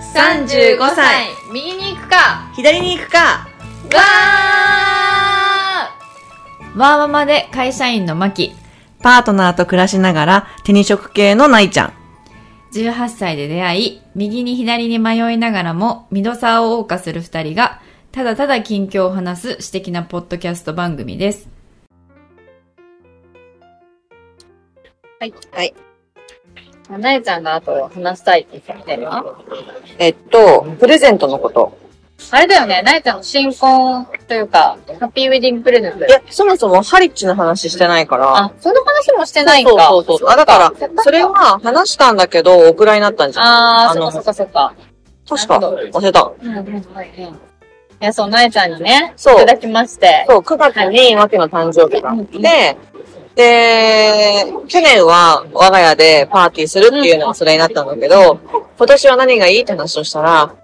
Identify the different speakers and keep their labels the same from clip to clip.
Speaker 1: 45歳
Speaker 2: 右に行くか
Speaker 1: 左に行くか
Speaker 2: わー
Speaker 3: わーままで会社員のマキ。
Speaker 1: パートナーと暮らしながら手に職系のないちゃん
Speaker 3: 18歳で出会い、右に左に迷いながらも、ミドサーを謳歌する二人が、ただただ近況を話す私的なポッドキャスト番組です。
Speaker 2: はい。
Speaker 1: はい。
Speaker 2: なえちゃんがあと話したいって言ってみてるわ。
Speaker 1: えっとプレゼントのこと
Speaker 2: あれだよね、なえちゃんの新婚というか、ハッピーウェディングプレゼント
Speaker 1: い。やそもそもハリッチの話してないから
Speaker 2: あ、その話もしてないんか。
Speaker 1: そうそうそうあだからそれは話したんだけどお蔵になったんじゃん
Speaker 2: あ
Speaker 1: あ
Speaker 2: ー、そっ
Speaker 1: の
Speaker 2: かそっかそっか。
Speaker 1: 確か
Speaker 2: なる
Speaker 1: 忘れた
Speaker 2: うんうんうん。いや、そう、なえちゃんにね、
Speaker 1: そう
Speaker 2: いただきまして。
Speaker 1: そう、9月にマキの誕生日があって、で、去年は我が家でパーティーするっていうのがそれになったんだけど、今年は何がいいって話をしたら、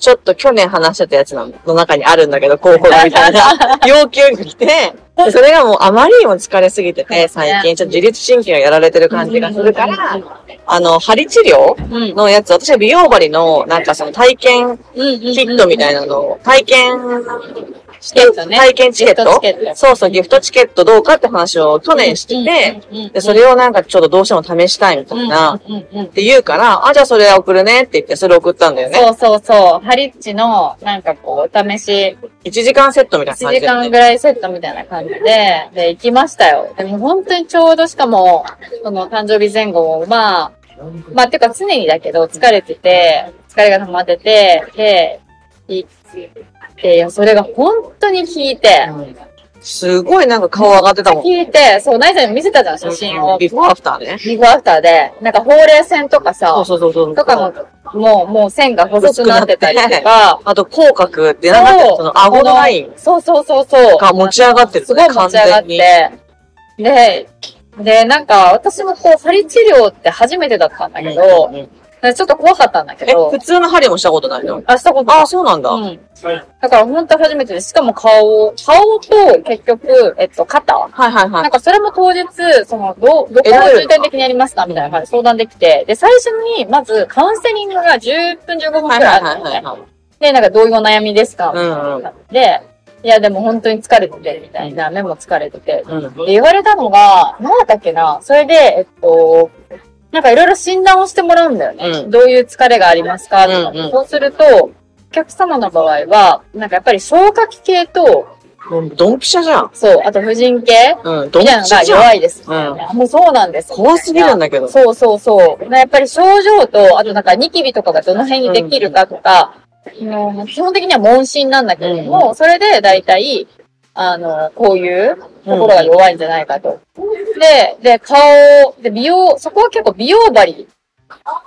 Speaker 1: ちょっと去年話してたやつの中にあるんだけど、高校だみたい な要求が来て、でそれがもうあまりにも疲れすぎてて、最近ちょっと自律神経がやられてる感じがするから、あの、針治療
Speaker 2: うん。うん
Speaker 1: のやつ、私は美容針のなんかその体験
Speaker 2: うんうん。
Speaker 1: キットみたいなのを体験して
Speaker 2: ト、ね
Speaker 1: 体験チケッ
Speaker 2: ギフ
Speaker 1: ト
Speaker 2: トチケット
Speaker 1: そうそう、ギフトチケットどうかって話を去年してて、
Speaker 2: うんうんうん
Speaker 1: で、それをなんかちょっとどうしても試したいみたいな、っ
Speaker 2: うんうんうんうん
Speaker 1: て言うから、あ、じゃあそれ送るねって言って、それ送ったんだよね。
Speaker 2: そうそうそう。ハリッチの、なんかこう、お試し、
Speaker 1: 1時間セットみたいな
Speaker 2: 1
Speaker 1: 感じ
Speaker 2: 時
Speaker 1: だよ
Speaker 2: 間
Speaker 1: ね。
Speaker 2: ぐらいセットみたいな感じで、で、行きましたよ。でも本当にちょうどしかも、その誕生日前後まあ、まあ、てか常にだけど、疲れてて、疲れが溜まってて、で、行って、いや、それが本当に効いて、
Speaker 1: すごいなんか顔上がってたもん。
Speaker 2: 効いて、そう、ナイさんに見せたじゃん、写真を。
Speaker 1: ビフォーアフターね。
Speaker 2: ビフォーアフターで、なんかほうれい線とか
Speaker 1: そ
Speaker 2: さ
Speaker 1: う、そうそうそう。
Speaker 2: とかも、もう、もう線が細くなってたりとか、
Speaker 1: あと、口角って、なんかその顎のライン
Speaker 2: そうそうそうそう。
Speaker 1: が持ち上がってる、ね。
Speaker 2: すごい持ち上が
Speaker 1: 完
Speaker 2: っ
Speaker 1: 全に
Speaker 2: て。で、で、なんか、私もこう、針治療って初めてだったんだけど
Speaker 1: うん、うんうん
Speaker 2: でちょっと怖かったんだけ
Speaker 1: え、
Speaker 2: ど
Speaker 1: 普、通の針もしたことないの
Speaker 2: あ、したこと
Speaker 1: あ
Speaker 2: な
Speaker 1: あ、
Speaker 2: い。
Speaker 1: そうなんだ。
Speaker 2: うん。だから本当初めてで、しかも顔を、顔と結局、えっと、肩。
Speaker 1: はいはいは
Speaker 2: ないん。かそれも当日、その、どう、どこが重点的にやりますかみたいな感じで相談できて、で、最初に、まず、カウンセリングが10分15分
Speaker 1: は
Speaker 2: く
Speaker 1: いは
Speaker 2: らい
Speaker 1: いは
Speaker 2: ある
Speaker 1: い
Speaker 2: ん
Speaker 1: は
Speaker 2: だ
Speaker 1: い
Speaker 2: よね。
Speaker 1: はい。
Speaker 2: で、なんかどういうお悩みですかみたい
Speaker 1: うんうん
Speaker 2: な。で、いや、でも本当に疲れてて、みたいな、目も疲れてて、
Speaker 1: うん
Speaker 2: で言われたのが、何だったっけなそれで、えっと、なんかいろいろ診断をしてもらうんだよね。
Speaker 1: うん
Speaker 2: どういう疲れがありますかとか、
Speaker 1: うんうん
Speaker 2: そうすると、お客様の場合は、なんかやっぱり消化器系と、
Speaker 1: もうドンピシャじゃん。
Speaker 2: そう、あと婦人系
Speaker 1: うん、ド
Speaker 2: み
Speaker 1: ン
Speaker 2: たい
Speaker 1: ピ
Speaker 2: なの
Speaker 1: シ
Speaker 2: が
Speaker 1: ャじゃ
Speaker 2: 弱
Speaker 1: ん。
Speaker 2: いです、
Speaker 1: うん
Speaker 2: あもうそうなんです。
Speaker 1: 怖すぎるんだけど。
Speaker 2: そうそうそう。なやっぱり症状と、あとなんかニキビとかがどの辺にできるかとか、うん基本的には問診なんだけれども、それで大体、あの、こういうところが弱いんじゃないかと。で、で、顔、で、美容、そこは結構美容針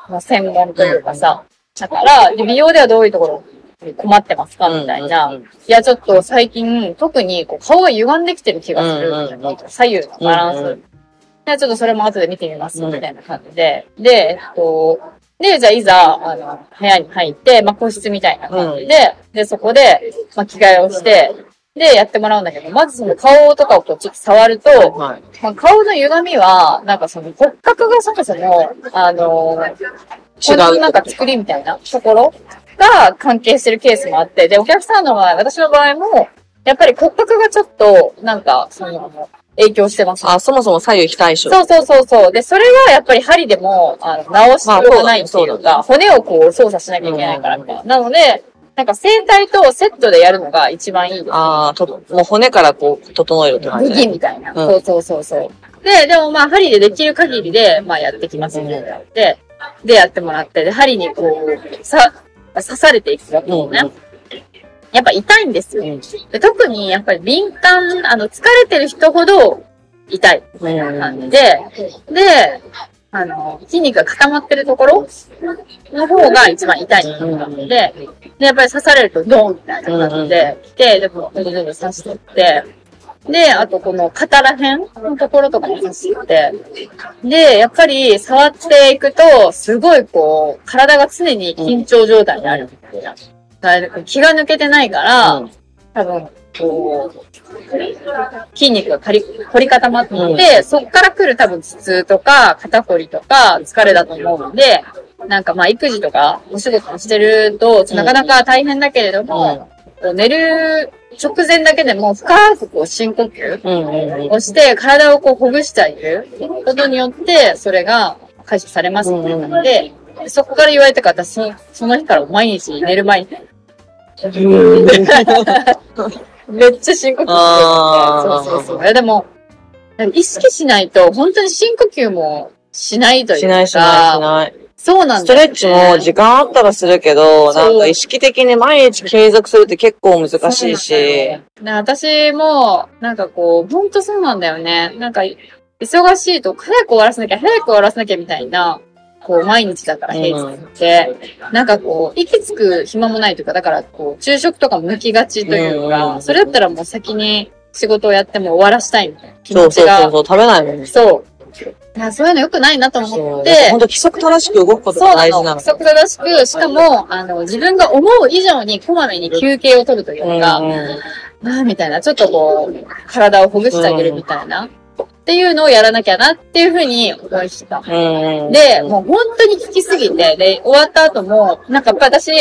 Speaker 2: の専門というかさ、だから、で美容ではどういうところに困ってますかみたいな。
Speaker 1: うんうんうん
Speaker 2: いや、ちょっと最近、特にこう顔が歪んできてる気がする。
Speaker 1: うんうんうん
Speaker 2: 左右のバランス。
Speaker 1: うんうん
Speaker 2: じゃあちょっとそれも後で見てみます、
Speaker 1: うん
Speaker 2: みたいな感じで。で、えっと、で、じゃあいざ、あの、部屋に入って、まあ、個室みたいな感じで、で、そこで、まあ、着替えをして、で、やってもらうんだけど、まずその顔とかをこうちょっと触ると、
Speaker 1: はい。
Speaker 2: まあ、顔の歪みは、なんかその骨格がそもそも、あの
Speaker 1: 違う
Speaker 2: 骨のなんか作りみたいなところが関係してるケースもあって、で、お客さんの場合、私の場合も、やっぱり骨格がちょっと、なんか、その、影響してます。
Speaker 1: あ、そもそも左右非対称。
Speaker 2: そうそうそうそう。で、それはやっぱり針でも、あの、直しようがないってい
Speaker 1: まあそううだ
Speaker 2: か、骨をこう操作しなきゃいけないからみたいな。なので、なんか整体とセットでやるのが一番いいです。
Speaker 1: ああ、と、もう骨からこう、整えるって感
Speaker 2: 武
Speaker 1: じ。
Speaker 2: 器みたいな。
Speaker 1: ん
Speaker 2: そうそうそうそう。で、でもまあ、針でできる限りで、まあやってきますみたいなので、で、やってもらって、で、針にこう、さ、刺されていくわけですね。やっぱ痛いんですよ。で特にやっぱり敏感、あの、疲れてる人ほど痛い
Speaker 1: うんうん
Speaker 2: 感じで、で、あの、筋肉が固まってるところの方が一番痛いっていう感じで、で、やっぱり刺されるとドンみたいな感じで来て、でも、どんどんどんどん刺してって、で、あとこの肩ら辺のところとかも刺してって、で、やっぱり触っていくと、すごいこう、体が常に緊張状態にあるみたいな。だから気が抜けてないから、
Speaker 1: うん
Speaker 2: 多分、こう、筋肉が凝り凝り固まっていて、そっから来る多分頭痛とか、肩こりとか、疲れだと思うので、なんかまあ育児とかお仕事をしてると、なかなか大変だけれども、こう寝る直前だけでも深くこう深呼吸
Speaker 1: うんうん
Speaker 2: をして、体をこうほぐしてあげることによって、それが解消されますっていうので、そこから言われたから、私その、その日から毎日寝る前に、
Speaker 1: うん。
Speaker 2: めっちゃ深呼吸
Speaker 1: あー
Speaker 2: してるんで、そうそうそう。いやでも、意識しないと、本当に深呼吸もしないというか、
Speaker 1: しないしないしない。
Speaker 2: そうなん
Speaker 1: スト
Speaker 2: だよ
Speaker 1: レ
Speaker 2: ね、
Speaker 1: ッチも時間あったらするけど、
Speaker 2: そ
Speaker 1: な
Speaker 2: うん
Speaker 1: か意識的に毎日継続するって結構難しい
Speaker 2: そうなんだ
Speaker 1: し
Speaker 2: よ。ね私も、なんかこう、ほんとそうなんだよね。なんか、忙しいと、早く終わらせなきゃ、早く終わらせなきゃみたいな、こう、毎日だから平日って、なんかこう、息つく暇もないというか、だからこう、昼食とかも抜きがちという
Speaker 1: うんうん
Speaker 2: か、それだったらもう先に仕事をやっても終わらしたいみたいな気
Speaker 1: そ
Speaker 2: 持
Speaker 1: うそ
Speaker 2: ち
Speaker 1: うそう
Speaker 2: が。
Speaker 1: そう、食べないもんね。
Speaker 2: そう。だからそういうの良くないなと思
Speaker 1: そう。
Speaker 2: っ
Speaker 1: だから
Speaker 2: て
Speaker 1: ほん、と規則正しく動くこと
Speaker 2: そ
Speaker 1: が
Speaker 2: うな
Speaker 1: 大事な
Speaker 2: の。
Speaker 1: の。
Speaker 2: 規則正しく、しかも、あの、自分が思う以上にこまめに休憩を取るというか、
Speaker 1: うんうん
Speaker 2: ああ、みたいな。ちょっとこう、体をほぐしてあげるみたいな。っていうのをやらなきゃなっていうふうに思いました。
Speaker 1: うんうん。
Speaker 2: で、もう本当に聞きすぎて、で、終わった後も、なんかやっぱ私、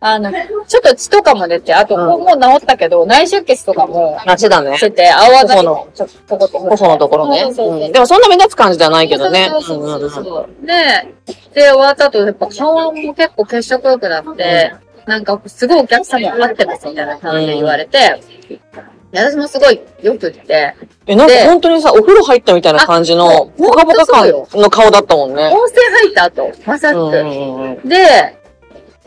Speaker 2: あの、ちょっと血とかも出て、あと、
Speaker 1: うん
Speaker 2: もう治ったけど、内出血とかも
Speaker 1: 夏だね
Speaker 2: し。てて、青あざ
Speaker 1: 頬
Speaker 2: と
Speaker 1: の、
Speaker 2: とことこ。
Speaker 1: 頬のところね。
Speaker 2: そうそうそう
Speaker 1: うんでもそんな目立つ感じではないけどね。
Speaker 2: そうそうそう
Speaker 1: うんうんうん
Speaker 2: そう。で、で、終わった後、やっぱ顔も結構血色良くなって、なんか、すごいお客様待ってますみたいな感じで言われて、で私もすごい良くって、
Speaker 1: え、なんか
Speaker 2: で
Speaker 1: 本当にさ、お風呂入ったみたいな感じ
Speaker 2: あ
Speaker 1: の
Speaker 2: そ、う
Speaker 1: ポカポカ感の顔だったもんね。
Speaker 2: 温泉入った後、まさ
Speaker 1: う
Speaker 2: しく。
Speaker 1: んうんうん。
Speaker 2: で、で、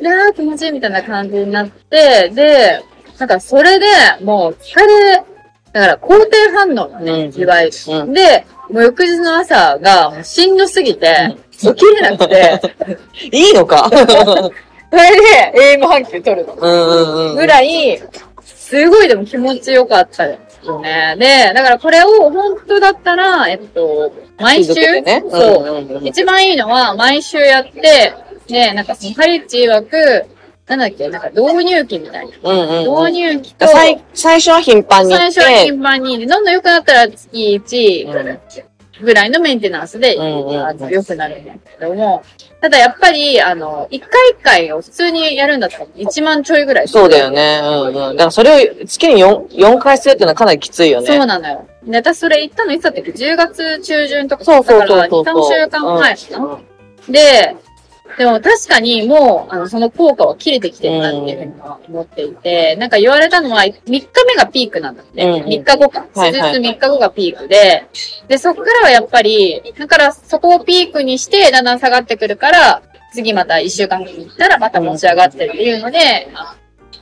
Speaker 2: あー気持ちいいみたいな感じになって、で、なんかそれでもう疲れ、だから肯定反応だね、
Speaker 1: うん
Speaker 2: いわゆ
Speaker 1: う
Speaker 2: る。で、もう翌日の朝がもうしんどすぎて、起きれなくて、
Speaker 1: いいのか
Speaker 2: それで AM 半球取るの。
Speaker 1: うんうんうん。
Speaker 2: ぐらい、すごいでも気持ちよかったですよね。で、だからこれを本当だったら、えっと、毎週、
Speaker 1: 気づけてね。
Speaker 2: そう。
Speaker 1: んうんうん。
Speaker 2: 一番いいのは毎週やって、で、なんかそのハリッチ曰く、なんだっけ、なんか導入期みたいな。
Speaker 1: うんうんうん
Speaker 2: 導入期と、
Speaker 1: 最最初は頻繁に行
Speaker 2: 最
Speaker 1: って。
Speaker 2: 初は頻繁に、でどんどん良くなったら月1ぐらいのメンテナンスで、
Speaker 1: うんうんうん
Speaker 2: あの良くなるんだけども、ただやっぱり、あの、一回一回を普通にやるんだったら1万ちょいぐらい。
Speaker 1: そうだよね。うんうん。だからそれを月に 4, 4回するっていうのはかなりきついよ
Speaker 2: そう
Speaker 1: ね。
Speaker 2: なのよ。で、私それ行ったのいつだったっけ ?10 月中旬とか。
Speaker 1: そうそうそうそう
Speaker 2: だから2、3週間前かな、で、でも確かにもう、あの、その効果は切れてきてるなっていうふうには思っていて、なんか言われたのは、3日目がピークなんだって。
Speaker 1: うんうん
Speaker 2: 3日後か。
Speaker 1: は
Speaker 2: 手
Speaker 1: い
Speaker 2: 術
Speaker 1: はい
Speaker 2: 3日後がピークで、で、そっからはやっぱり、だからそこをピークにして、だんだん下がってくるから、次また1週間後に行ったらまた持ち上がってるっていうので、あ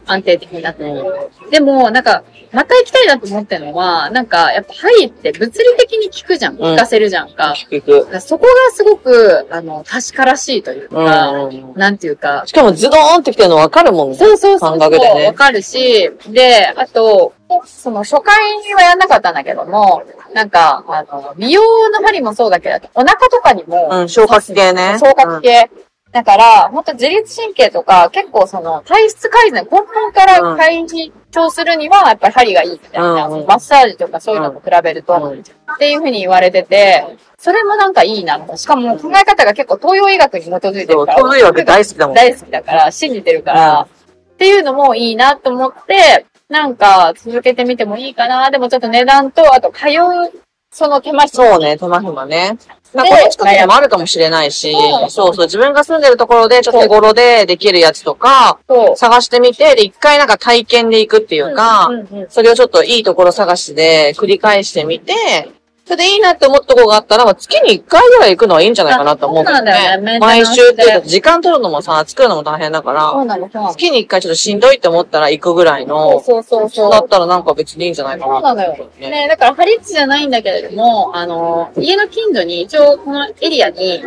Speaker 2: 安定的になってる。でも、なんか、また行きたいなと思ってるのは、なんか、やっぱ、ハリって物理的に効くじゃん。効かせるじゃんか。
Speaker 1: 聞く。
Speaker 2: だからそこがすごく、あの、確からしいとい
Speaker 1: う
Speaker 2: うか、
Speaker 1: んうん。
Speaker 2: なんていうか、
Speaker 1: しかもズドーンってきてるの分かるもんね。
Speaker 2: そうそうそ
Speaker 1: 感
Speaker 2: う、そ
Speaker 1: 覚で
Speaker 2: う
Speaker 1: ね
Speaker 2: わかるし、で、あと、その初回はやんなかったんだけども、なんか、あの、美容の針もそうだけど、お腹とかにも、
Speaker 1: うん、消化器系ね。
Speaker 2: 総括系。だから、本当自律神経とか、結構その、体質改善、根本から解消するには、やっぱり針がいいみたいな、
Speaker 1: うんうん
Speaker 2: マッサージとかそういうのと比べると、
Speaker 1: うん
Speaker 2: っていうふうに言われてて、それもなんかいいなと。しかも考え方が結構東洋医学に基づい
Speaker 1: そ
Speaker 2: てる
Speaker 1: う、
Speaker 2: から。
Speaker 1: ちょうどいいわけ大好きだもん。
Speaker 2: 大好きだから、信じてるから、っていうのもいいなと思って、なんか続けてみてもいいかな。でもちょっと値段と、あと通う、その手間暇
Speaker 1: そうね、手間暇ね。なんかこの近くにもあるかもしれないし
Speaker 2: そ、う
Speaker 1: そうそう、自分が住んでるところでちょっと手頃でできるやつとか、
Speaker 2: と、
Speaker 1: 探してみて、で、一回なんか体験で行くっていうか、
Speaker 2: うんうんうん
Speaker 1: それをちょっといいところ探しで繰り返してみて、それでいいなって思ったとこがあったら、まあ月に1回ぐらい行くのはいいんじゃないかなと思うけど
Speaker 2: あそうなんだよね
Speaker 1: ね。毎週っていうか、時間取るのもさ、作るのも大変だか
Speaker 2: そ
Speaker 1: ら、
Speaker 2: うなの、そうなの。
Speaker 1: 月に1回ちょっとしんどいって思ったら行くぐらいの、
Speaker 2: そうそうそう
Speaker 1: だ
Speaker 2: そ
Speaker 1: っ
Speaker 2: う。
Speaker 1: たらなんか別にいいんじゃないか
Speaker 2: そう
Speaker 1: な
Speaker 2: な
Speaker 1: って
Speaker 2: の
Speaker 1: 思うけど
Speaker 2: よ。ね、だからハリッチじゃないんだけれども、あの、家の近所に、一応このエリアに、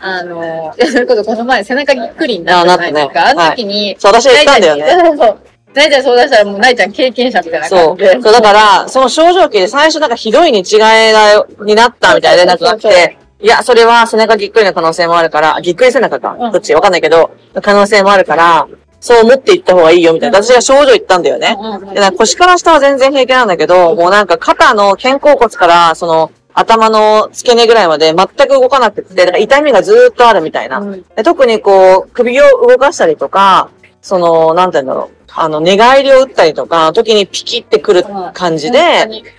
Speaker 2: あの、いやそれこそこの前背中ぎっくりになったじゃないですか。
Speaker 1: あな
Speaker 2: あ,、
Speaker 1: ったね
Speaker 2: の時に、
Speaker 1: そう、私は言
Speaker 2: ナ
Speaker 1: っ
Speaker 2: イちゃ
Speaker 1: たん
Speaker 2: ん
Speaker 1: だよ
Speaker 2: に
Speaker 1: ね。
Speaker 2: そうそうそう。ナイちゃんに相談したらもうナイちゃん経験者みたいな
Speaker 1: そ
Speaker 2: 感
Speaker 1: う。
Speaker 2: じで。
Speaker 1: そう、だから、その症状期で最初なんかひどいに違いだになったみたいな連絡があっ
Speaker 2: そうそうそう
Speaker 1: て、いや、それは背中ぎっくりの可能性もあるから、ぎっくり背中か、
Speaker 2: うん
Speaker 1: どっちわかんないけど、可能性もあるから、そう思っていった方がいいよみたいな。
Speaker 2: うん
Speaker 1: 私が症状言ったんだよね。
Speaker 2: うんうんうん
Speaker 1: でなんか腰から下は全然平気なんだけど、もうなんか肩の肩甲骨から、その、頭の付け根ぐらいまで全く動かなくて、だから痛みがずーっとあるみたいな。で特にこう、首を動かしたりとか、その、なんて言うんだろう。あの、寝返りを打ったりとか、時にピキってくる感じで、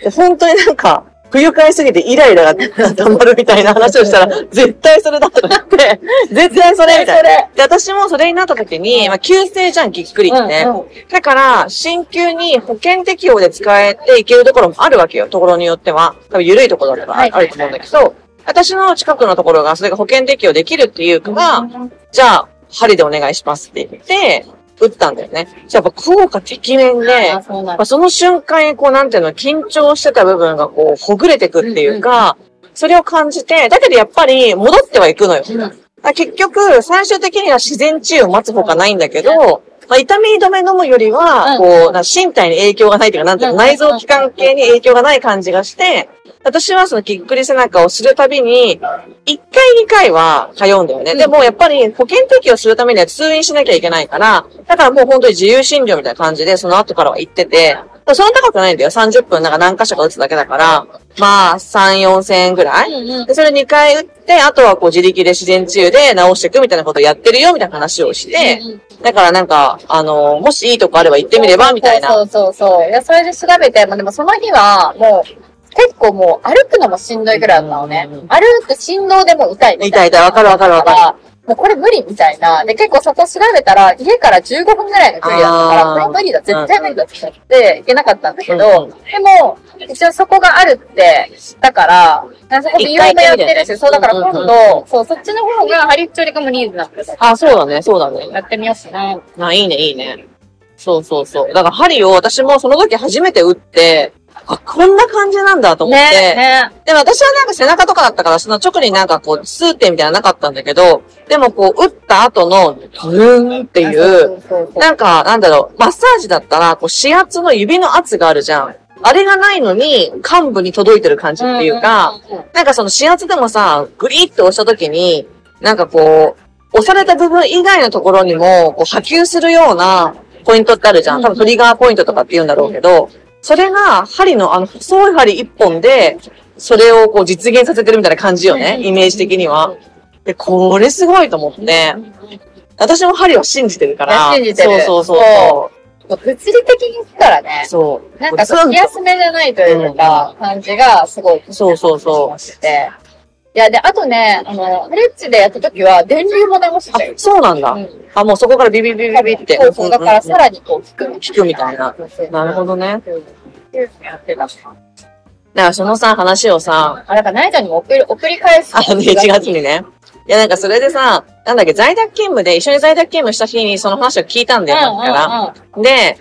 Speaker 1: で本当になんか、不愉快すぎてイライラが溜まるみたいな話をした ら、絶対それだと思って、絶対それみたいな。で、私もそれになった時に、まあ、急性じゃん、ぎっくりって。ねだから、新級に保険適用で使えていけるところもあるわけよ。ところによっては。多分、緩いところとかあ
Speaker 2: はい
Speaker 1: あると思うんだけど、私の近くのところが、それが保険適用できるっていうから、じゃあ、針でお願いしますって言って、打ったんだよね。じゃあ、やっぱ効果適面で、
Speaker 2: あ、そうな
Speaker 1: まあ、その瞬間にこう、なんていうの、緊張してた部分がこう、ほぐれてくっていうか、それを感じて、だけどやっぱり戻ってはいくのよ。だから結局、最終的には自然治癒を待つほかないんだけど、まあ、痛み止め飲むよりは、
Speaker 2: うん
Speaker 1: こう、なんか身体に影響がないというか、なんていうの、
Speaker 2: うん
Speaker 1: 内臓器官系に影響がない感じがして、私はそのぎっくり背中をするたびに、1回2回は通うんだよね。でもやっぱり保険適用するためには通院しなきゃいけないから、だからもう本当に自由診療みたいな感じで、その後からは行ってて、そんな高くないんだよ。30分なんか何箇所か打つだけだから、まあ3、4千円ぐらい。
Speaker 2: の。
Speaker 1: で、それ2回打って、あとはこう自力で自然治癒で治していくみたいなことをやってるよ、みたいな話をして、だからなんか、あの、もしいいとこあれば行ってみれば、みたいな。
Speaker 2: そうそうそうそう。いや、それで調べて、まあでもその日は、もう、結構もう歩くのもしんどいぐらいだったのね。
Speaker 1: うんうんうん
Speaker 2: 歩く振動でも痛いみた
Speaker 1: 痛い
Speaker 2: いな。
Speaker 1: 痛いわかるわかるわかる
Speaker 2: だらもうこれ無理みたいな。で、結構そこ調べたら、家から15分ぐらいの距離だったか
Speaker 1: あ
Speaker 2: ら、
Speaker 1: ー
Speaker 2: これ無理だ、絶対無理だって言って、行けなかったんだけ
Speaker 1: う
Speaker 2: ど
Speaker 1: ん、
Speaker 2: でも、一応そこがあるって知ったから、なんかそこ美容もやってるし、そうだから今
Speaker 1: うん
Speaker 2: 度、そう、そっちの方がハリッチョリカもニーズなんです。
Speaker 1: あ、そうだね、そうだね。
Speaker 2: やってみようしな。
Speaker 1: あ、いいね、いいね。そうそうそう。だから針を私もその時初めて打って、あ、こんな感じなんだと思
Speaker 2: ね
Speaker 1: って。
Speaker 2: ね
Speaker 1: でも私はなんか背中とかだったから、その直になんかこう、数点みたいなのなかったんだけど、でもこう、打った後の、ドゥーンってい
Speaker 2: あ
Speaker 1: う、
Speaker 2: そうそうそう
Speaker 1: なんか、なんだろう、マッサージだったら、こう、指圧の指の圧があるじゃん。あれがないのに、幹部に届いてる感じっていうか、、なんかその指圧でもさ、グリッと押した時に、なんかこう、押された部分以外のところにも、こう波及するようなポイントってあるじゃん。多分トリガーポイントとかって言うんだろうけど、それが針のあの細い針一本で、それをこう実現させてるみたいな感じよね、イメージ的には。で、これすごいと思って、私も針は信じてるから。
Speaker 2: 信じてる
Speaker 1: そうそうそ
Speaker 2: 物理的に行くから
Speaker 1: う。
Speaker 2: ね。
Speaker 1: そう。
Speaker 2: なんか、気休めじゃないというか、感じがすごい。。
Speaker 1: そうそうそう
Speaker 2: して。いや、で、あとね、あの、フレッチでやった時は、電流も流して
Speaker 1: あ
Speaker 2: たよ、。
Speaker 1: そうなんだ。
Speaker 2: うん
Speaker 1: あ、もうそこからビビビビビって。
Speaker 2: そうそう、だからさ
Speaker 1: ら
Speaker 2: らにこう、効くみ
Speaker 1: 聞くみた
Speaker 2: た
Speaker 1: い
Speaker 2: い
Speaker 1: なな
Speaker 2: な。。
Speaker 1: るほどね。
Speaker 2: ど。やってた。
Speaker 1: だからそのさ、話をさ、
Speaker 2: あ、なんか、ナイちゃんにも送り、送り返す。
Speaker 1: あの1月にね。いや、なんかそれでさ、なんだっけ、在宅勤務で、一緒に在宅勤務した日にその話を聞いたん
Speaker 2: う
Speaker 1: だ
Speaker 2: ん
Speaker 1: よ、
Speaker 2: うん
Speaker 1: だか
Speaker 2: うん。
Speaker 1: ら。で、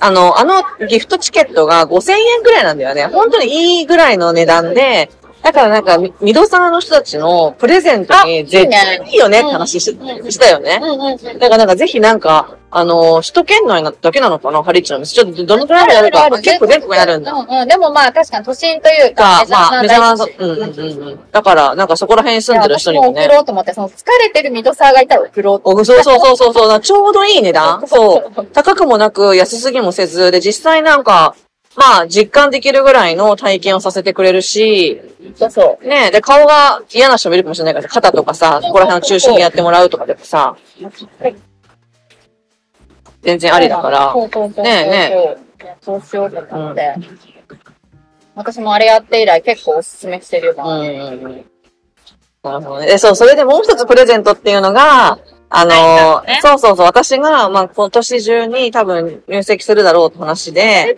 Speaker 1: あの、あのギフトチケットが5000円くらいなんだよね。本当にいいぐらいの値段で、だからなんか、みミドサーの人たちのプレゼントに絶対いいよねって話し
Speaker 2: うん
Speaker 1: したよね。
Speaker 2: うんうんうん。
Speaker 1: だからなんかぜひなんか、あの、首都圏内だけなのかなハリッチの店。ちょっとどのくらいまでやるか。結構全国にあるんだ。
Speaker 2: うんうん。でもまあ確かに都心というか
Speaker 1: か、、まあ、メジャーな、うん
Speaker 2: う
Speaker 1: うんうんうん。だから、なんかそこら辺住んでる人にも
Speaker 2: 送
Speaker 1: ね。
Speaker 2: ろうと思って、その疲れてるミドサーがいたら送ろうと。
Speaker 1: おそうそうそうそうそう、ちょうどいい値段。そう。高くもなく、安すぎもせず、で、実際なんか、まあ、実感できるぐらいの体験をさせてくれるし、
Speaker 2: そうそう。
Speaker 1: ねで、顔が嫌な人もいるかもしれないから、肩とかさ、そこら辺の中心にやってもらうとかでもさ、全然ありだから。
Speaker 2: そうそうそう。
Speaker 1: ねえね
Speaker 2: え。そうしようと思って。私もあれやって以来結構おすすめしてるよ
Speaker 1: う
Speaker 2: な。
Speaker 1: んうんうん。なるほどね。で、そう、それでもう一つプレゼントっていうのが、あの、
Speaker 2: ね
Speaker 1: そうそうそう、私が、まあ、今年中に多分入籍するだろうって話
Speaker 2: あり
Speaker 1: で、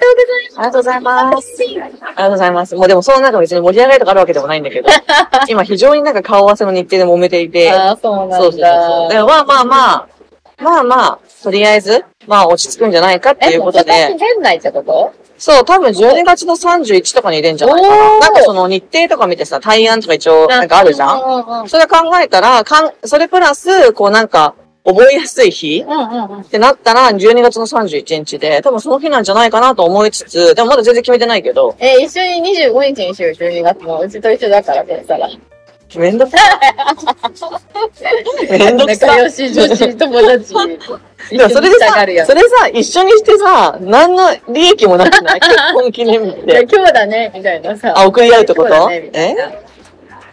Speaker 2: がとうご
Speaker 1: ありがとうございます。
Speaker 2: ざいます。
Speaker 1: ありがとうございます。もうでもその中別に盛り上がりとかあるわけでもないんだけど、今非常になんか顔合わせの日程で揉めていて、
Speaker 2: ああ、そう
Speaker 1: そ
Speaker 2: な
Speaker 1: うそう
Speaker 2: ん
Speaker 1: そう。で
Speaker 2: だ。
Speaker 1: もまあまあまあ、まあまあ、とりあえず、まあ落ち着くんじゃないかって
Speaker 2: え、
Speaker 1: いう
Speaker 2: もう
Speaker 1: こ
Speaker 2: 今
Speaker 1: と
Speaker 2: 年
Speaker 1: で、
Speaker 2: 年内ってこと
Speaker 1: そう、多分12月の31とかに入れんじゃないか
Speaker 2: お
Speaker 1: な。
Speaker 2: ー
Speaker 1: なんかその日程とか見てさ、対案とか一応なんかあるじゃん
Speaker 2: うん
Speaker 1: それ考えたら、かん、それプラス、こうなんか、覚えやすい日
Speaker 2: うんうん。
Speaker 1: ってなったら、12月の31日で、多分その日なんじゃないかなと思いつつ、でもまだ全然決めてないけど、
Speaker 2: え、一緒に25日にしよう、12月の。うちと一緒だから、そしたら。
Speaker 1: めんどくさい。めんどくさ
Speaker 2: 仲
Speaker 1: い。
Speaker 2: 良し女子友達。
Speaker 1: でもそれでさ、
Speaker 2: がるやん。
Speaker 1: それさ、一緒にしてさ、何の利益もなく ない結婚記念日っ
Speaker 2: じゃあ
Speaker 1: て。
Speaker 2: 今日だね、みたいなさ。
Speaker 1: あ送り合うってこと
Speaker 2: 今日だねみたいな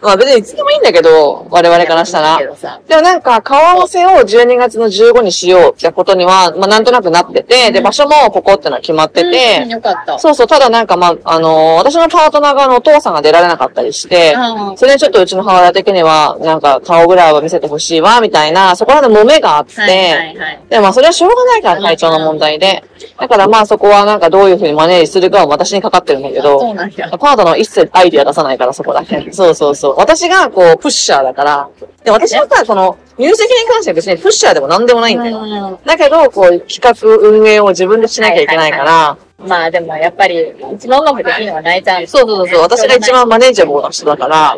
Speaker 1: まあ別にいつでもいいんだけど、我々からしたら
Speaker 2: け。どさ
Speaker 1: でもなんか、顔合わせを12月の15にしようってことには、まあなんとなくなってて、で、場所もここってのは決まって
Speaker 2: うん
Speaker 1: て、
Speaker 2: よかった。
Speaker 1: そうそう、ただなんかまあ、あのー私のパートナー側のお父さんが出られなかったりして、
Speaker 2: あ
Speaker 1: それでちょっとうちの母親的には、なんか顔ぐらいは見せてほしいわ、みたいな、そこらで揉めがあって、
Speaker 2: ーはいはいはい。
Speaker 1: でもまあそれはしょうがないから体調の問題で。だからまあそこはなんかどういうふうにマネージするかは私にかかってるんだけ
Speaker 2: あそ
Speaker 1: ど
Speaker 2: う、なんや。
Speaker 1: パートナーは一切アイディア出さないからそこだけ。そうそうそう。私がこうプッシャーだから。で、私はさ、この入籍に関しては別にプッシャーでも何でもないんだよ。だけど、こう企画運営を自分でしなきゃいけないから、
Speaker 2: まあでもやっぱり、一番うまくできるのは泣いちゃう。
Speaker 1: そうそうそう、私が一番マネージャブルな人だから、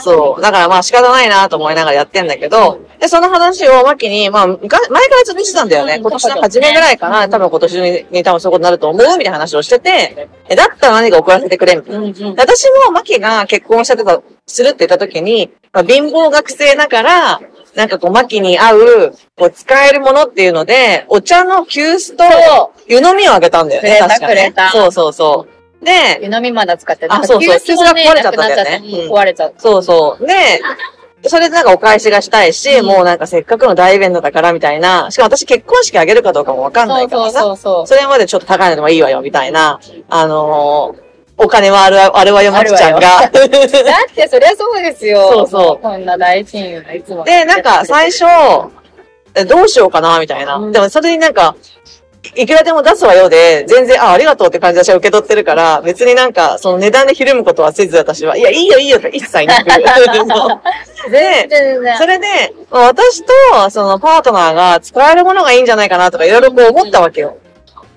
Speaker 1: そう。だからまあ仕方ないなと思いながらやってんだけど、で、その話をマキに、まあ、が前からずっとしてたんだよね。
Speaker 2: うん
Speaker 1: 今年の初めぐらいかな、多分今年にに多分そういうことになると思うみたいな話をしてて、え、だったら何か送らせてくれ、みたいな。
Speaker 2: うんうん。
Speaker 1: で私もマキが結婚してた、するって言った時に、まあ、貧乏学生だから、なんかこう、マキに合う、こう、使えるものっていうので、お茶の急須と
Speaker 2: そ
Speaker 1: 湯飲みをあげたんだよね。
Speaker 2: くれた
Speaker 1: 確かね
Speaker 2: くれた
Speaker 1: そうそうそう。で
Speaker 2: う。、湯飲みまだ使って
Speaker 1: あそうそう
Speaker 2: 急須もね
Speaker 1: 急須が壊れちゃったんだよね
Speaker 2: なくなっちゃった壊れちゃっ
Speaker 1: そうそう。で、それでなんかお返しがしたいし、
Speaker 2: うん
Speaker 1: もうなんかせっかくの大イベントだからみたいな、しかも私結婚式あげるかどうかもわか
Speaker 2: た。
Speaker 1: んな
Speaker 2: そ
Speaker 1: いうから
Speaker 2: そう
Speaker 1: さ、
Speaker 2: そうそう。
Speaker 1: それまでちょっと高いのでもいいわよみたいな、あのーお金はあるわ、あるわよまきちゃんが。
Speaker 2: だってそりゃそうですよ。
Speaker 1: そうそう
Speaker 2: こんな大親友がいつも。
Speaker 1: で、なんか最初、えどうしようかなみたいな。
Speaker 2: うん
Speaker 1: でもそれになんか、いくらでも出すわよで、全然、あ、ありがとうって感じで私は受け取ってるから、別になんか、その値段でひるむことはせず私は、いや、いいよいいよって一切 なく。そうで
Speaker 2: 全、然
Speaker 1: それで、まあ私と、そのパートナーが使えるものがいいんじゃないかなとかいろいろこう思ったわけよ。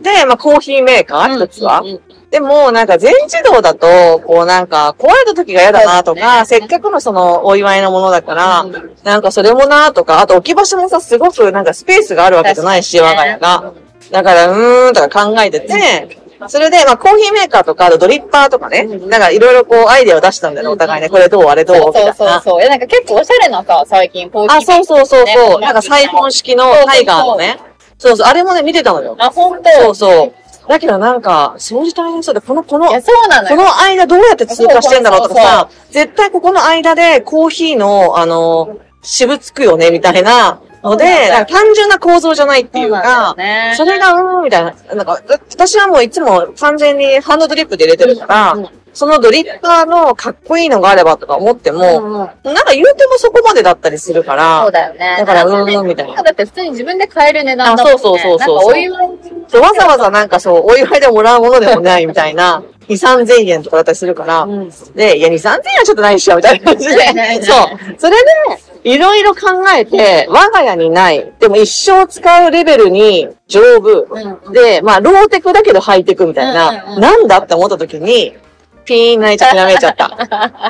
Speaker 1: で、まあコーヒーメーカー一つは。
Speaker 2: うんうん
Speaker 1: でも、なんか全自動だと、こうなんか壊れた時が嫌だなとか、
Speaker 2: そ
Speaker 1: せ
Speaker 2: うですね
Speaker 1: っかくのそのお祝いのものだから、
Speaker 2: うん
Speaker 1: なんかそれもなとか、あと置き場所もさ、すごくなんかスペースがあるわけじゃないし、我
Speaker 2: 確
Speaker 1: が
Speaker 2: かに
Speaker 1: 家
Speaker 2: ね
Speaker 1: が。だから、うーんとか考えてて、それで、まあコーヒーメーカーとか、あとドリッパーとかね、なんかいろいろこうアイデアを出したんだよね、お互いね。これどうあれどう
Speaker 2: そう
Speaker 1: みたい
Speaker 2: そ
Speaker 1: な。
Speaker 2: うそうそう。え、なんか結構おしゃれなさ、最近、ポー
Speaker 1: あ、
Speaker 2: チ。
Speaker 1: そうそうそう
Speaker 2: ね
Speaker 1: そう。なんかサイフォン式のタイガーのね。そうそう。あれもね、見てたのよ。
Speaker 2: あ、ほんと
Speaker 1: そうそう。だけどなんか、掃除大変そうで、この、この
Speaker 2: い、や、そうなの
Speaker 1: こ
Speaker 2: よ。
Speaker 1: の間どうやって通過してんだろうとか
Speaker 2: そう
Speaker 1: さ、絶対ここの間でコーヒーの、あの、渋つくよね、みたいなの
Speaker 2: そうなんだ
Speaker 1: で、
Speaker 2: よ
Speaker 1: なんか単純な構造じゃないっていう
Speaker 2: な
Speaker 1: か
Speaker 2: ん、だよね
Speaker 1: それが、うーん、みたいな。なんか、だ私はもういつも完全にハンドドリップで入れてるから、
Speaker 2: うんうん
Speaker 1: そのドリッパーのかっこいいのがあればとか思っても、
Speaker 2: うんうん
Speaker 1: なんか言うてもそこまでだったりするか
Speaker 2: そ
Speaker 1: ら
Speaker 2: う、だよね。
Speaker 1: だから
Speaker 2: なん
Speaker 1: うんうんみたいな
Speaker 2: だって普通に自分で買える値段だもんね。
Speaker 1: あそうそうそうそう
Speaker 2: なんかお祝い
Speaker 1: そうわざわざなんかそう、お祝いでもらうものでもないみたいな、2、3000円とかだったりするから、
Speaker 2: うん
Speaker 1: で、いや、2、3000円はちょっとないっしょ、みたいな感じで
Speaker 2: ないないない。
Speaker 1: そう。それで、いろいろ考えて、我が家にない、でも一生使うレベルに丈夫。
Speaker 2: うん
Speaker 1: で、まあ、ローテクだけどハイテクみたいな、
Speaker 2: うんうんうん
Speaker 1: なんだって思った時に、ピーン泣いちゃって舐めちゃった。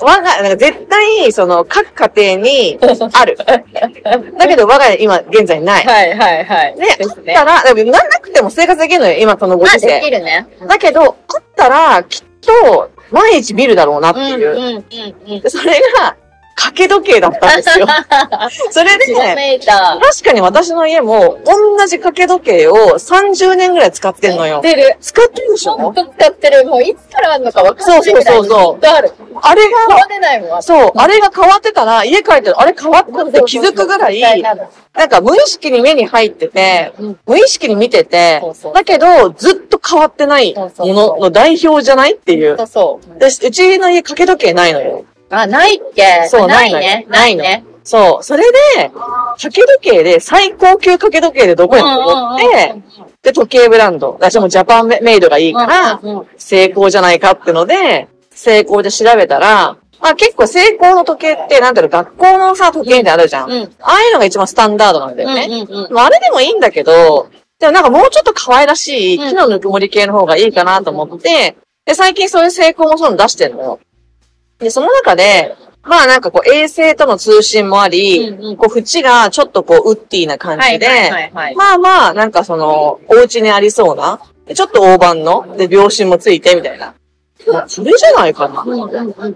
Speaker 1: 我が、なんか絶対、その、各家庭にあ る。だけど、我が家今、現在ない。
Speaker 2: はいはいはい。
Speaker 1: ね
Speaker 2: です
Speaker 1: だから、でも、なんなくても生活できるのよ、今このご
Speaker 2: まあ
Speaker 1: 時
Speaker 2: でき
Speaker 1: 世。
Speaker 2: るね。
Speaker 1: だけど、あったら、きっと、毎日見るだろうなって
Speaker 2: うんうん
Speaker 1: いう。
Speaker 2: うんうん。
Speaker 1: でそれが、掛け時計だったんで すよ。それで、
Speaker 2: キロメーター。
Speaker 1: 確かに私の家も、同じ掛け時計を30年ぐらい使ってんのよ。
Speaker 2: 出る。
Speaker 1: 使ってるでし
Speaker 2: ちょっ
Speaker 1: ょ
Speaker 2: と使ってる。もういつからあるのかわかんないぐらい
Speaker 1: そうそうそうそう
Speaker 2: ずっとある。
Speaker 1: あれ
Speaker 2: 変わ
Speaker 1: が、
Speaker 2: ってないもん。私
Speaker 1: そう、あれが変わってたら、家帰ってあれ変わったって気づくぐらい、なんか無意識に目に入ってて、
Speaker 2: うん
Speaker 1: 無意識に見てて
Speaker 2: そうそ、う
Speaker 1: だけど、ずっと変わってないものの代表じゃないっていう。
Speaker 2: そうそう。
Speaker 1: でうちの家掛け時計ないのよ。
Speaker 2: あ、ないっけ
Speaker 1: そう
Speaker 2: あない
Speaker 1: ないの
Speaker 2: ね
Speaker 1: よ。
Speaker 2: ないね。
Speaker 1: そう。それで、掛け時計で、最高級掛け時計でどこやと思って、で、時計ブランド。私もジャパンメイドがいいから、
Speaker 2: うんうんうん
Speaker 1: 成功じゃないかってので、成功で調べたら、まあ結構成功の時計って、なんだろうの、学校のさ、時計ってあるじゃん。
Speaker 2: うん
Speaker 1: ああいうのが一番スタンダードなんだよね。
Speaker 2: うんうんうん
Speaker 1: まあ、あれでもいいんだけど、でもなんかもうちょっと可愛らしい、
Speaker 2: うん
Speaker 1: 木のぬくもり系の方がいいかなと思って、で、最近そういう成功もそういうの出してんのよ。で、その中で、まあなんかこう衛星との通信もあり、
Speaker 2: うんうん
Speaker 1: こう縁がちょっとこうウッディな感
Speaker 2: は
Speaker 1: じ
Speaker 2: い
Speaker 1: で、
Speaker 2: はいはいはい。
Speaker 1: まあまあなんかその、お家にありそうな、でちょっと大判の、で、秒針もついてみたいな。それじゃないかな。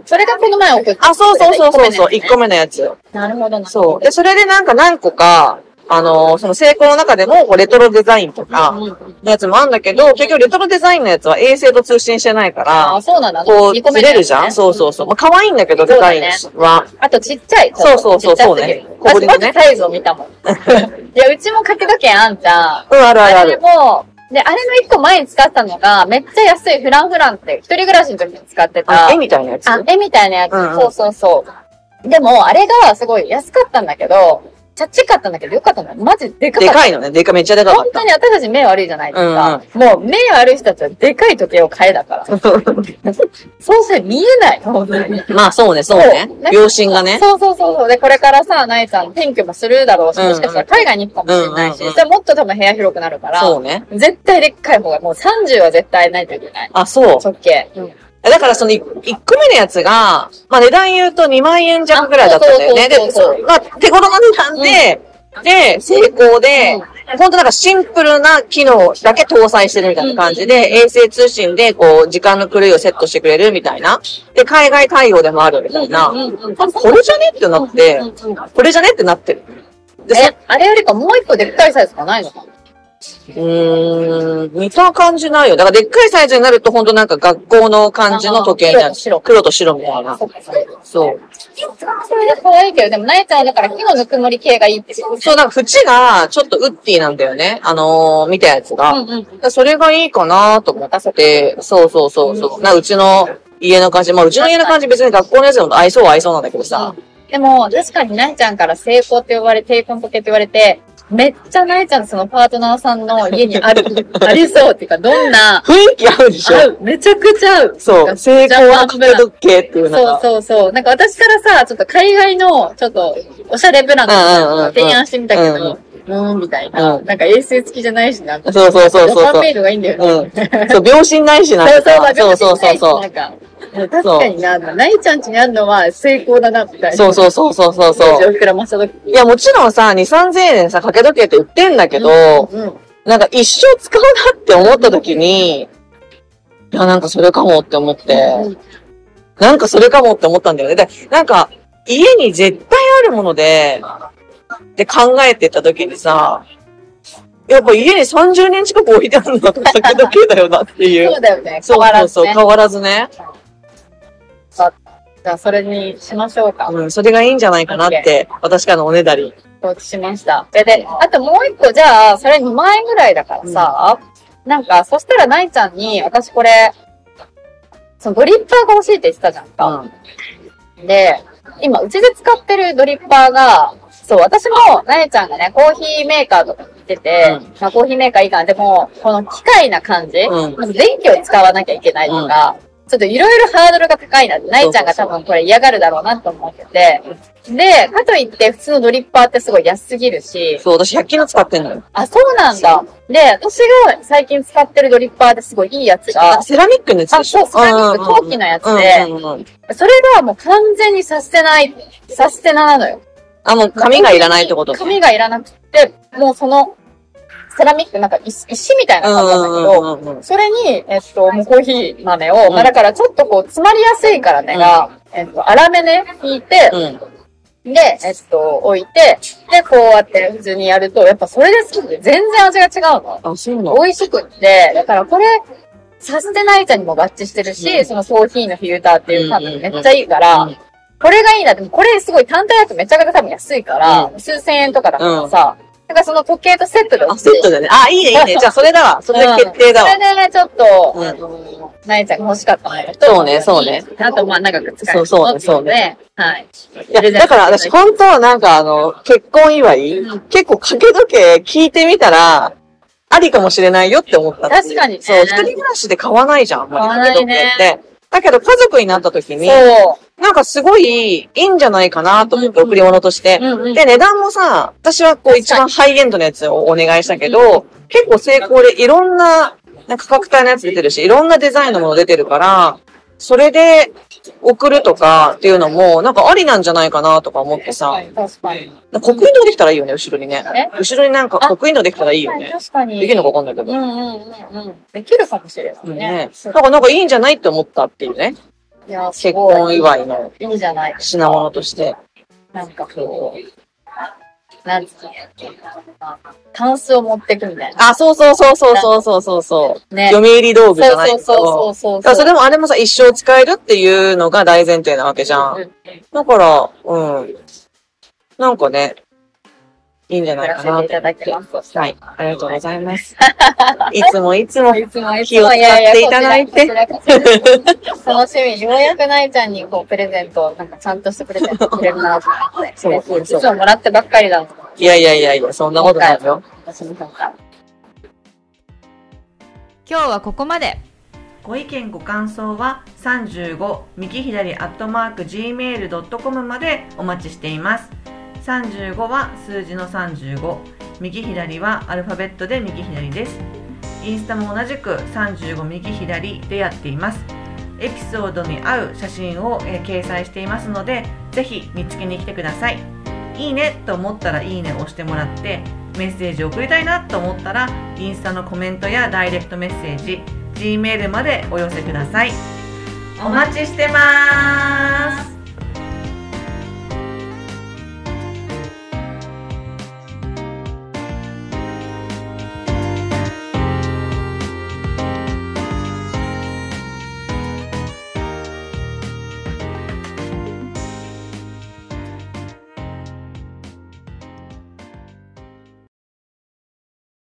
Speaker 2: それがこの前送った。
Speaker 1: あ、そうそうそうそうそう、
Speaker 2: 一
Speaker 1: 1
Speaker 2: 個
Speaker 1: 個目のやつ。
Speaker 2: なるほどな。
Speaker 1: そう。で、それでなんか何個か、あのーその成功の中でもこうレトロデザインとか
Speaker 2: うんうん
Speaker 1: のやつもあるんだけど、結局レトロデザインのやつは衛星と通信してないか
Speaker 2: あ
Speaker 1: ら、
Speaker 2: そうなんだ。
Speaker 1: こ
Speaker 2: 二
Speaker 1: う、
Speaker 2: 個目
Speaker 1: ず
Speaker 2: の
Speaker 1: れ
Speaker 2: やつね
Speaker 1: るじゃんそうそうそう。まあ、可愛いんだけど、デザインは。
Speaker 2: あとちっちゃい。
Speaker 1: そうそうそう
Speaker 2: ちっちゃすぎ
Speaker 1: そう
Speaker 2: る
Speaker 1: ね小ぶ
Speaker 2: 私
Speaker 1: り
Speaker 2: ま
Speaker 1: の
Speaker 2: ず
Speaker 1: ね
Speaker 2: サイズを見たもん。いや、うちも掛け時計あんじゃん。
Speaker 1: うん、あるある
Speaker 2: あ
Speaker 1: あ
Speaker 2: れ
Speaker 1: る。
Speaker 2: も、で、あれの一個前に使ったのが、めっちゃ安いフランフランって、一人暮らしの時に使ってた。
Speaker 1: あ、絵みたいなやつ。
Speaker 2: あ、絵みたいなやつ。
Speaker 1: うんうん
Speaker 2: そうそうそう。でも、あれがすごい安かったんだけど、ちゃっちかったんだけど、よかったんだよ。マジでかか
Speaker 1: で
Speaker 2: った。
Speaker 1: かいのね。でかめっちゃでかか
Speaker 2: 本
Speaker 1: っ
Speaker 2: 当に私たち目悪いじゃないですか。もう目悪い人たちはでかい時計を買えだから。
Speaker 1: た。
Speaker 2: そうして見えない。本当に。
Speaker 1: まあそうね、そうね
Speaker 2: そうね。
Speaker 1: 秒針がね。
Speaker 2: そうそうそうそう。で、これからさ、ナイちゃん転居もするだろうし、
Speaker 1: うんうん
Speaker 2: もしかしたら海外に行くかもしれない
Speaker 1: うんうんう
Speaker 2: し、
Speaker 1: ん
Speaker 2: それもっと多分部屋広くなるから、
Speaker 1: そうね。
Speaker 2: 絶対でっかい方が、もう30は絶対ないといけない。
Speaker 1: あ、そう。
Speaker 2: 直径。
Speaker 1: だからその1個目のやつが、まあ値段言うと2万円弱ぐらいだったんだよね。
Speaker 2: あ
Speaker 1: で
Speaker 2: そうそうそうそう、
Speaker 1: まあ手頃な値段で、で、成功で、ほんとなんかシンプルな機能だけ搭載してるみたいな感じで、衛星通信でこう時間の狂いをセットしてくれるみたいな。で、海外対応でもあるみたいな。あこれじゃねってなって、これじゃねってなってる。で、そ
Speaker 2: え、あれよりかもう一個でっかいサイズがないのかな
Speaker 1: うーん、見た感じないよ。だからでっかいサイズになるとほんとなんか学校の感じの時計になる
Speaker 2: あー黒と白。
Speaker 1: 黒と白みたいな
Speaker 2: そ。っかそれ
Speaker 1: そう。
Speaker 2: で可愛いけど、でもナイちゃんはだから木のぬくもり系がいいって言って
Speaker 1: そう、なんか縁がちょっとウッディなんだよね。あのー、見たやつが。
Speaker 2: うんうん。
Speaker 1: それがいいかなと思って、そうそうそうそう。なんかうちの家の感じ、まあうちの家の感じ別に学校のやつでも合いそうは合いそうなんだけどさ。
Speaker 2: でも、確かにナイちゃんから成功って呼ばれ、抵抗時計って言われて、めっちゃナイちゃんのそのパートナーさんの家に ある、ありそうっていうか、どんな、
Speaker 1: 雰囲気合うでし
Speaker 2: 合
Speaker 1: ょ
Speaker 2: う、めちゃくちゃ合う。
Speaker 1: そう。成功は壁時計っていうの
Speaker 2: そう
Speaker 1: が。
Speaker 2: そうそう。なんか私からさ、ちょっと海外の、ちょっと、おしゃれブランドみたいなのが提案してみたけど、うーん、みたいな。
Speaker 1: うん
Speaker 2: なんか衛星付きじゃないしな。
Speaker 1: そうそうそう
Speaker 2: ジャパン
Speaker 1: そ
Speaker 2: メ
Speaker 1: う。
Speaker 2: イドがいいんだよね。
Speaker 1: うん。そう、秒針ないしな
Speaker 2: そうそう、
Speaker 1: そうそうそう
Speaker 2: な
Speaker 1: そ。
Speaker 2: んか、確かにな、ナイちゃん家にあるのは成功だな、みたいうな。
Speaker 1: そうそうそうそうそうそう。
Speaker 2: 膨らました時
Speaker 1: いや、もちろんさ、2、3000円でさ、掛け時計って売ってんだけど、
Speaker 2: うん。
Speaker 1: なんか一生使うなって思った時に、いや、なんかそれかもって思って、なんかそれかもって思ったんだよね。で、なんか、家に絶対あるもので、で考えてった時にさ、やっぱ家に30年近く置いてあるのが掛け時計だよなってい。
Speaker 2: そううだよね。変わらず、
Speaker 1: そうそうそう、
Speaker 2: ね。
Speaker 1: 変わらずね。
Speaker 2: じゃあ、それにしましょうか。
Speaker 1: うん、それがいいんじゃないかなって、私からのおねだり。
Speaker 2: 承知しました。で、であともう一個、じゃあ、それ2万円ぐらいだからさ、なんか、そしたらナイちゃんに、私これ、そのドリッパーが欲しいって言ってたじゃん
Speaker 1: う
Speaker 2: か。
Speaker 1: ん。
Speaker 2: で、今、うちで使ってるドリッパーが、そう、私も、なえちゃんがね、コーヒーメーカーとか行ってて、
Speaker 1: う
Speaker 2: まあ、コーヒーメーカーいいかな。でも、この機械な感じ、
Speaker 1: うん
Speaker 2: まず電気を使わなきゃいけないとか、ちょっといろいろハードルが高いなって、なえちゃんが多分これ嫌がるだろうなと思ってて、で、かといって普通のドリッパーってすごい安すぎるし、
Speaker 1: そう、私100均の使ってんのよ。
Speaker 2: あ、そうなんだ。で、私が最近使ってるドリッパーですごいいいやつが、
Speaker 1: セラミックのやつ
Speaker 2: あ、
Speaker 1: でしょ
Speaker 2: そう、スラミック陶器のやつで、
Speaker 1: うんうんうんうん
Speaker 2: それがもう完全にサステない、サステナなのよ。
Speaker 1: あ、もう紙がいらないってこと
Speaker 2: 紙がいらなくて、もうその、セラミックなんか石石みたいな感じなんだけど、
Speaker 1: うんうんうんうん
Speaker 2: それに、えっと、もうコーヒー豆を、
Speaker 1: ん
Speaker 2: まあだからちょっとこう、詰まりやすいからねが、えっと、粗めね、引いて、
Speaker 1: うん。
Speaker 2: で、えっと、置いて、で、こうやって普通にやると、やっぱそれですごく全然味が違うの。
Speaker 1: あ、そうなの
Speaker 2: 美味しくって、だからこれ、サステナイチャにも合致してるし、
Speaker 1: うん
Speaker 2: そのコーヒーのフィルターっていう感じめっちゃいいか
Speaker 1: うん
Speaker 2: ら、これがいいな。でもこれすごい単体だとめちゃくちゃ多分安いから、
Speaker 1: う
Speaker 2: 数千円とかだからさ、だからその時計とセットで
Speaker 1: あ、セット
Speaker 2: で。
Speaker 1: だね。あ、いいね、い いね。じゃあ、それだわ。それ決定だ
Speaker 2: そ
Speaker 1: わ
Speaker 2: れ。でね、ちょっと、
Speaker 1: うん
Speaker 2: あの、ナイちゃんが欲しかったのと、
Speaker 1: そうね、そうね。
Speaker 2: あと、まあ、長く使え
Speaker 1: そう
Speaker 2: る
Speaker 1: そうねそう
Speaker 2: ね。はい。
Speaker 1: いや、だから私、本当なんかあの、結婚祝い、
Speaker 2: うん
Speaker 1: 結構掛け時計聞いてみたら、ありかもしれないよって思ったっていう
Speaker 2: 確かにね
Speaker 1: そう、一人暮らしで買わないじゃん、あんまり
Speaker 2: 買わないね
Speaker 1: 掛け時計って。だけど、家族になった時に、
Speaker 2: そ
Speaker 1: なんかすごいいいんじゃないかなと思って、贈り物として。
Speaker 2: う。うんうん。
Speaker 1: で、値段もさ、私はこう
Speaker 2: 確
Speaker 1: 一
Speaker 2: かに
Speaker 1: 番ハイエンドのやつをお願いしたけど、結構成功でいろんな、なんか価格帯のやつ出てるし、いろんなデザインのもの出てるから、それで送るとかっていうのも、なんかありなんじゃないかなとか思ってさ、
Speaker 2: 確かに。
Speaker 1: なんか刻印のできたらいいよね、後ろにね
Speaker 2: え。
Speaker 1: 後ろになんか
Speaker 2: あ
Speaker 1: 刻印のできたらいいよね。
Speaker 2: 確かに。
Speaker 1: できるのかわかんないけ
Speaker 2: う
Speaker 1: ど。
Speaker 2: んうんうんうん。できるかもしれないね
Speaker 1: ね。なんかなんかいいんじゃないって思ったっていうね。
Speaker 2: いや、す
Speaker 1: 結
Speaker 2: ごい
Speaker 1: 婚祝いの
Speaker 2: いいじゃない。
Speaker 1: 品物として。
Speaker 2: なんかこう、なんつうのあタンスを持ってくみたいな。
Speaker 1: あ、そうそうそうそうそうそうそうそう。
Speaker 2: ね。
Speaker 1: 読売道
Speaker 2: そう
Speaker 1: 具じゃないけ
Speaker 2: そう
Speaker 1: ど。
Speaker 2: そうそう
Speaker 1: だか
Speaker 2: そう。
Speaker 1: らそれもあれもさ、一生使えるっていうのが大前提なわけじゃん。
Speaker 2: うん
Speaker 1: だから、うん。なんかね、いいんじゃないかなって
Speaker 2: 送らせていただきます
Speaker 1: はい。ありがとうござい ます。いつもいつも。
Speaker 2: いつもい
Speaker 1: 気を使っていただいて
Speaker 2: ややこちらこちらこちら楽しみに。ようやくなえちゃんにこうプレゼントを、なんかちゃんとしたプレゼントをくれるなと思って。
Speaker 1: そうそうそう
Speaker 2: いつももらってばっかりだもん。
Speaker 1: いやいやいやいや、そんなことないよ。
Speaker 2: 私もなんか。
Speaker 3: 今日はここまで
Speaker 4: ご意見ご感想は35右左アットマーク gmail.com までお待ちしています35は数字の35右左はアルファベットで右左ですインスタも同じく35右左でやっていますエピソードに合う写真を、えー掲載していますのでぜひ見つけに来てくださいいいねと思ったらいいねを押してもらってメッセージを送りたいなと思ったらインスタのコメントやダイレクトメッセージ Gmail までお寄せくださいお待ちしてます